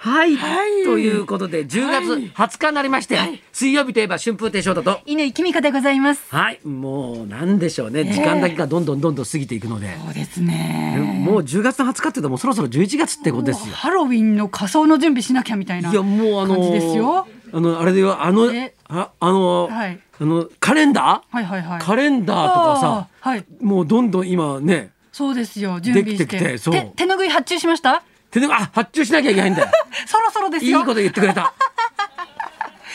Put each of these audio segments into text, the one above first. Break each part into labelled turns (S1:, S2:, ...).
S1: はい、
S2: はい
S1: ということで10月20日になりまして、水曜日といえば春風亭昇太と
S2: 犬井君香でございます。
S1: はいもうなんでしょうね、時間だけがどんどんどんどん過ぎていくので、
S2: そうですね。
S1: もう10月の20日っていうともうそろそろ11月ってことですよ。
S2: ハロウィンの仮装の準備しなきゃみたいない
S1: やもうあの
S2: 感じですよ。
S1: あのあれではあの
S2: え
S1: ああの、
S2: はい
S1: あのカレンダー、
S2: はいはいはい。
S1: カレンダーとかさ
S2: あーはい。
S1: もうどんどん今ね
S2: そうですよ。準備して。
S1: できてきてそう
S2: 手手拭い発注しました。
S1: 手であ発注しなきゃいけないんだよ。
S2: そろそろです
S1: いい
S2: よ。
S1: こと言ってくれた。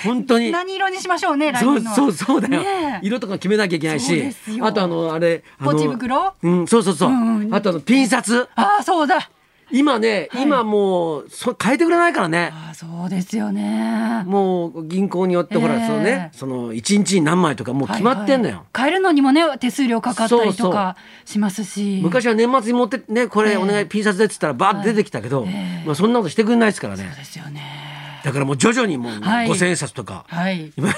S1: 本当に。
S2: 何色にしましょうね。来
S1: そう
S2: 年の
S1: そうそうだよ、
S2: ねえ
S1: 色とか決めなきゃいけない
S2: そ
S1: し
S2: うですよ
S1: あとあのあれあの
S2: ポチ袋
S1: うんそうそうそう、
S2: うんうん
S1: あとあのピン札
S2: ああそうだ。
S1: 今ね、今もうそ変えてくれないからね
S2: ああそうですよね。
S1: もう銀行によってほら、
S2: ええ
S1: そのねその一日に何枚とかもう決まってんのよ、
S2: はいはい買えるのにもね手数料かかったりとかしますし。
S1: 昔は年末に持ってねこれお願い、ピン札でっつったらバーって出てきたけど、
S2: ええ
S1: まあ、そんなことしてくれないですからね
S2: ですよね。
S1: だからもう徐々にもう
S2: はい
S1: 五千円札とか、
S2: はい。
S1: 今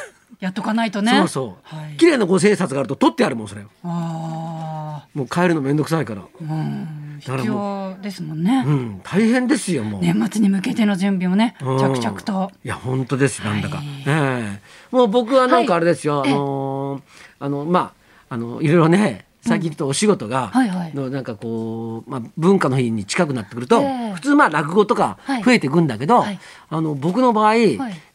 S2: やっとかないとね。
S1: そうそう、
S2: はい。
S1: 綺麗な五千円札があると取ってあるもんそれ
S2: ああ。
S1: もう変えるのめんどくさいから
S2: うん。
S1: だから
S2: 必要ですもん
S1: う
S2: ね。
S1: ん大変ですよもう。
S2: 年末に向けての準備もね、
S1: うん
S2: 着々と。
S1: いや本当ですなんだか、
S2: はい
S1: ええもう僕はなんかあれですよ、
S2: はい
S1: あのーあのまああのいろいろね最近ちょっとお仕事が、
S2: はいはい
S1: のなんかこう、まあ、文化の日に近くなってくると、
S2: ええ
S1: 普通まあ落語とか
S2: はい
S1: 増えていくんだけど、
S2: はい
S1: あの僕の場合、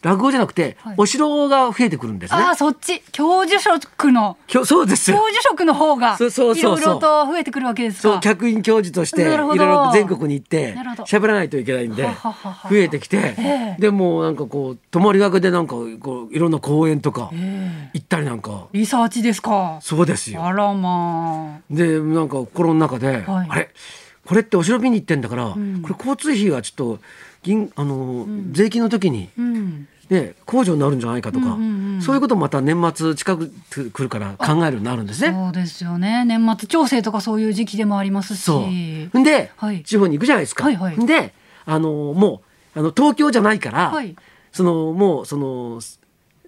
S1: 落語じゃなくて、
S2: はい
S1: お城が増えてくるんですね。
S2: ああ、そっち、教授職の。
S1: きょそうです
S2: 教授職の方が。い
S1: そ
S2: ろ
S1: うそう
S2: い
S1: そうそう
S2: ろと増えてくるわけです
S1: そう
S2: か。
S1: 客員教授としてい
S2: なる
S1: ろ
S2: ほ
S1: い
S2: ど
S1: ろ全国に行って
S2: なるほど
S1: 喋らないといけないんで
S2: はははは
S1: 増えてきて
S2: ええ
S1: でもうなんかこう泊まりがけでなんかこういろんな公演とか
S2: ええ
S1: 行ったりなんか
S2: リサーチですか。
S1: そうですよ
S2: あらまあ。
S1: でなんか心の中で、
S2: はい
S1: あれこれってお城見に行ってんだから、
S2: ん
S1: これ交通費はちょっと銀あの、税金の時に、
S2: うん。
S1: ね、控除になるんじゃないかとか、
S2: うんうんうん
S1: そういうこともまた年末近く来るから考えるようになるんですね。
S2: そうですよね。年末調整とかそういう時期でもありますし。
S1: そう。んで、
S2: はい
S1: 地方に行くじゃないですか。
S2: はいはい
S1: んで、あのもうあの東京じゃないから、
S2: はい
S1: そのもうその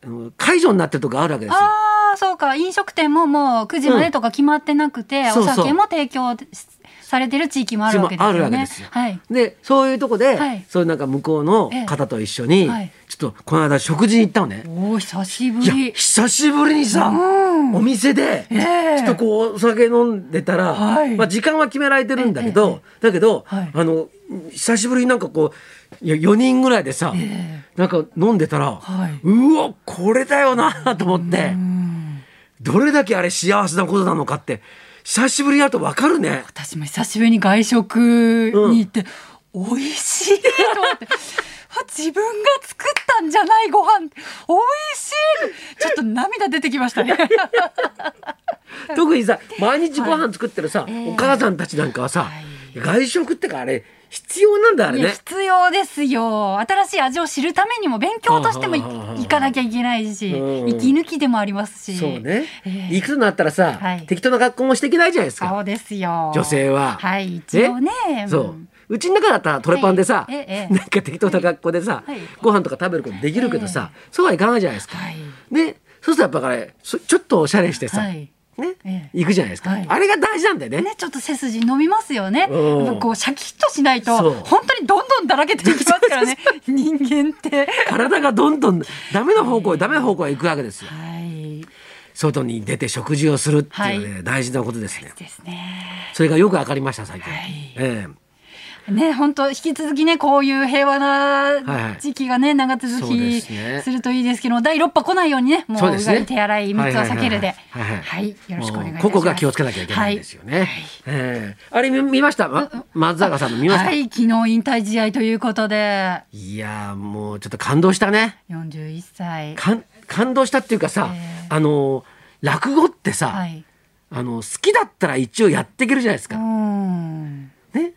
S1: あの解除になってるとこがあるわけですよ。
S2: ああ、そうか。飲食店ももう9時までとか決まってなくて、
S1: そう
S2: お
S1: そう
S2: 酒も提供されてる地域もあるわけですよね。
S1: あるわけですよ
S2: はい。
S1: でそういうとこで、
S2: はい
S1: そういうなんか向こうの方と一緒に、
S2: ええはい
S1: ちょっとこの間食事に行ったのね。
S2: おー久しぶ
S1: いや
S2: り。
S1: 久しぶりにさ、
S2: うん
S1: お店で、
S2: ええ
S1: ちょっとこうお酒飲んでたら、
S2: はい
S1: まあ、時間は決められてるんだけど、だけど、
S2: はい
S1: あの久しぶりになんかこういや4人ぐらいでさ、
S2: え
S1: なんか飲んでたら、
S2: はいう
S1: わこれだよなと思って、
S2: うん
S1: どれだけあれ幸せなことなのかって久しぶりにやると分かるね。
S2: 私も久しぶりに外食に行って、美味しいと思って。 あ自分が作ったんじゃないご飯美味しいちょっと涙出てきまし たね
S1: 特にさ毎日ご飯作ってるさ、
S2: いええ
S1: お母さんたちなんかはさ、
S2: はい
S1: 外食ってかあれ必要なんだあれ
S2: いや
S1: ね。
S2: 必要ですよ新しい味を知るためにも勉強としてもい
S1: はあはあはあはあ
S2: 行かなきゃいけないし
S1: うん
S2: 息抜きでもありますし
S1: そうね、
S2: ええ
S1: いくつになったらさ、
S2: はい
S1: 適当な格好もしていけないじゃないですか
S2: そうですよ
S1: 女性は。
S2: はい一応ね
S1: えそううちの中だったらトレパンでさ、
S2: はいええええ
S1: なんか適当な格好でさ、
S2: はい
S1: ご飯とか食べることできるけどさ、そうはいかないじゃないですか。
S2: はい
S1: ねそうするとやっぱあれそちょっとおしゃれしてさ、
S2: はい
S1: ね、
S2: ええ
S1: 行くじゃないですか、
S2: はい
S1: あれが大事なんだよね。
S2: ね、ちょっと背筋伸びますよね。
S1: うん
S2: やっぱこうシャキッとしないと、
S1: そう
S2: 本当にどんどんだらけていきますか らね。人間って。
S1: 体がどんどん ダメな方向へダメな方向へ行くわけですよ。
S2: はい。
S1: 外に出て食事をするっていうのはね、
S2: は
S1: 大事なことですね。
S2: ですね。
S1: それがよくわかりました最近。
S2: はい
S1: え
S2: ね、本当引き続きね、こういう平和
S1: はいはい
S2: な時期がね、長続
S1: そうで
S2: き
S1: すね
S2: するといいですけど、第六波来ないようにね、も
S1: そう
S2: う
S1: で
S2: う
S1: す
S2: が
S1: ね
S2: い手洗い密を避けるで。
S1: はいはいはいは
S2: はいい、よろしくお願い
S1: えもう
S2: いたします。
S1: ここが気をつけなきゃいけないんですよね。
S2: はい
S1: ええあれ見見ました、ま松坂さんの見ました。、
S2: はいい、昨日引退試合ということで、
S1: やーもうちょっと感動したね。
S2: 41歳。
S1: 感感動したっていうかさ、
S2: え
S1: あのー落語ってさ、
S2: はい。
S1: あの好きだったら一応やっていけるじゃないです
S2: う
S1: か。
S2: ん。
S1: ね。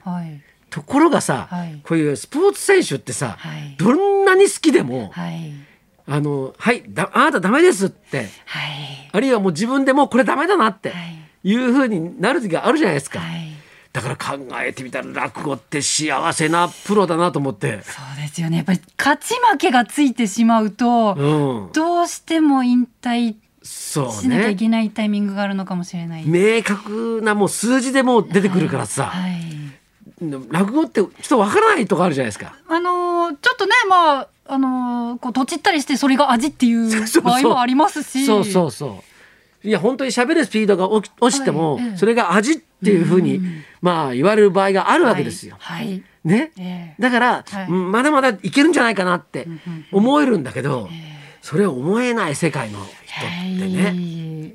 S2: はい。
S1: ところがさ、
S2: はい
S1: こういうスポーツ選手ってさ、
S2: はい
S1: どんなに好きでも、
S2: はい。
S1: あのはいだあなたダメですって。
S2: はい。
S1: あるいはもう自分でもうこれダメだなって
S2: はい
S1: いうふうになる時があるじゃないですか、
S2: はい。
S1: だから考えてみたら落語って幸せなプロだなと思って、
S2: そうですよね。やっぱり勝ち負けがついてしまうと、
S1: うん、
S2: どうしても引退
S1: そう
S2: しなきゃい
S1: ね
S2: けないタイミングがあるのかもしれない。
S1: 明確なもう数字でもう出てくるからさ、
S2: はい。
S1: 落語ってちょっとわからないとこあるじゃないですか。
S2: あのーちょっとねまああのーこうとちったりしてそれが味ってい う
S1: そうそう
S2: 場合もありますし
S1: そうそうそう。いや本当に喋るスピードが落ち落ちても、
S2: はいええ
S1: それが味っていうふうに、まあ言われる場合があるわけですよ。
S2: はい、はい
S1: ね、
S2: ええ
S1: だから、
S2: はい
S1: うんまだまだいけるんじゃないかなって思えるんだけど、
S2: え
S1: それを思えない世界の人ってね、
S2: は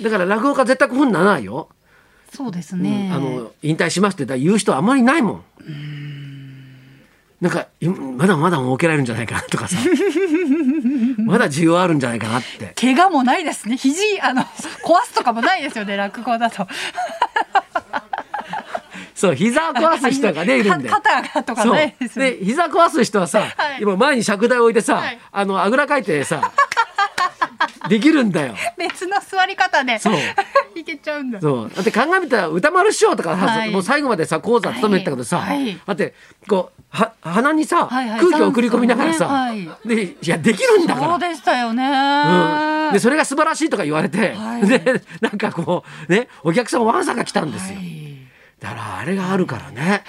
S2: い
S1: だから落語家絶対こういうふうにならないよ、
S2: そうです
S1: うん
S2: ね、
S1: あの引退しますって言う人はあんまりないもん。なんかいまだまだ儲けられるんじゃないかなとか さまだ需要あるんじゃないかなって
S2: 怪我もないですね肘あの壊すとかもないですよね落語だと
S1: そう膝を壊す 人がねいるん で
S2: か肩がとか
S1: そう
S2: ないですよね
S1: で膝壊す人はさ、
S2: はい
S1: 今前に尺台置いてさ、
S2: はい
S1: あのあぐらかいてさ できるんだよ。
S2: 別の座り方で
S1: そう
S2: いけちゃうんだ
S1: そうだって考えたら歌丸師匠とかさ、
S2: はい
S1: もう最後までさ講座務めてたけどさ、
S2: はい
S1: だってこうは鼻にさ、
S2: はいはい
S1: 空気を送り込みながらさ、
S2: 酸素を
S1: でいやできるんだ
S2: そう
S1: か
S2: でしたよね、
S1: ら、うん、でそれが素晴らしいとか言われて、
S2: はい
S1: でなんかこうねお客さんわんさか来たんですよ、
S2: はい
S1: だからあれがあるからね、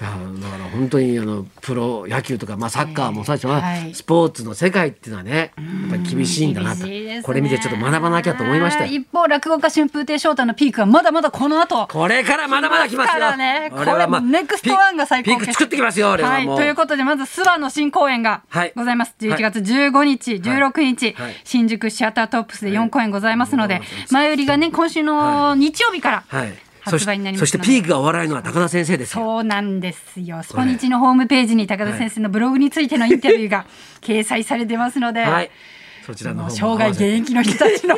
S1: だだから本当にあのプロ野球とか、まあ、サッカーもそうだし、
S2: はい
S1: スポーツの世界っていうのはねやっぱり厳しいんだなと、
S2: 厳しいですね
S1: これ見てちょっと学ばなきゃと思いましたよ
S2: 一方落語家春風亭昇太のピークはまだまだこの後
S1: これからまだまだ来ます
S2: 来ま
S1: よ。
S2: すからね
S1: 俺はまあ
S2: これネクストワンが最高
S1: ピークピーク作ってきますよ、俺は
S2: はい、
S1: もう。
S2: ということでまず諏訪の新公演が
S1: はい
S2: ございます、11月15日、16日、
S1: はい
S2: 新宿シアタートップスで4公演ございますので、
S1: はい
S2: 前売りがね今週の日曜日から
S1: はい。そ
S2: 発
S1: し
S2: 売になり
S1: そ
S2: ま
S1: し
S2: す
S1: て
S2: ので、
S1: ピークがお笑いのは高田先生ですよ。
S2: そうなんですよスポニチのホームページに高田先生のブログについてのインタビューが掲載されてますので、
S1: はい。そちらの
S2: も
S1: 方
S2: う
S1: も
S2: 生涯現役の人たちの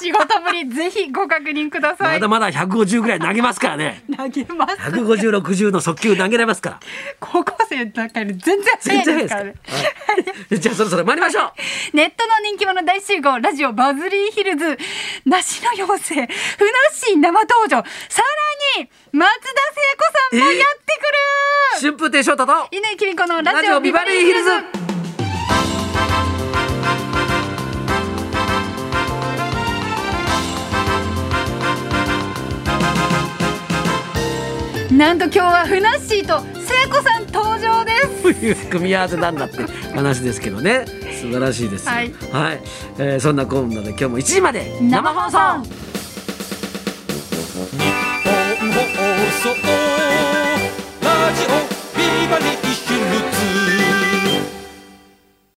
S2: 仕事ぶりぜひご確認くださ
S1: ま
S2: い
S1: だまだ150ぐらい投げますからね。
S2: 投げます
S1: 150、60の速球投げられますから。
S2: 高校生だから全然早
S1: 全
S2: い
S1: 然
S2: で
S1: ですすか
S2: か
S1: らら
S2: ね。
S1: はい じゃあそろそろ参りましょう。
S2: ネットの人気者大集合ラジオバズリーヒルズ梨の妖精ふなっしー生登場さらに松田聖子さんもやってくる
S1: 春風亭昇太と
S2: 稲井貴美子の
S1: ラ
S2: ラ
S1: ジ
S2: ジオ
S1: オビ
S2: ビバ
S1: バ
S2: リ
S1: リ
S2: ー
S1: ー
S2: ヒ
S1: ヒ
S2: ル
S1: ル
S2: ズ
S1: ズ。
S2: なんと今日はふなっしーと聖子さん登場です
S1: という組み合わせなんだって話ですけどね。素晴らしいですよ。
S2: は
S1: はいい。えーそんな今度で今日も1時まで
S2: 生放送
S3: 本放送ラジオビバリー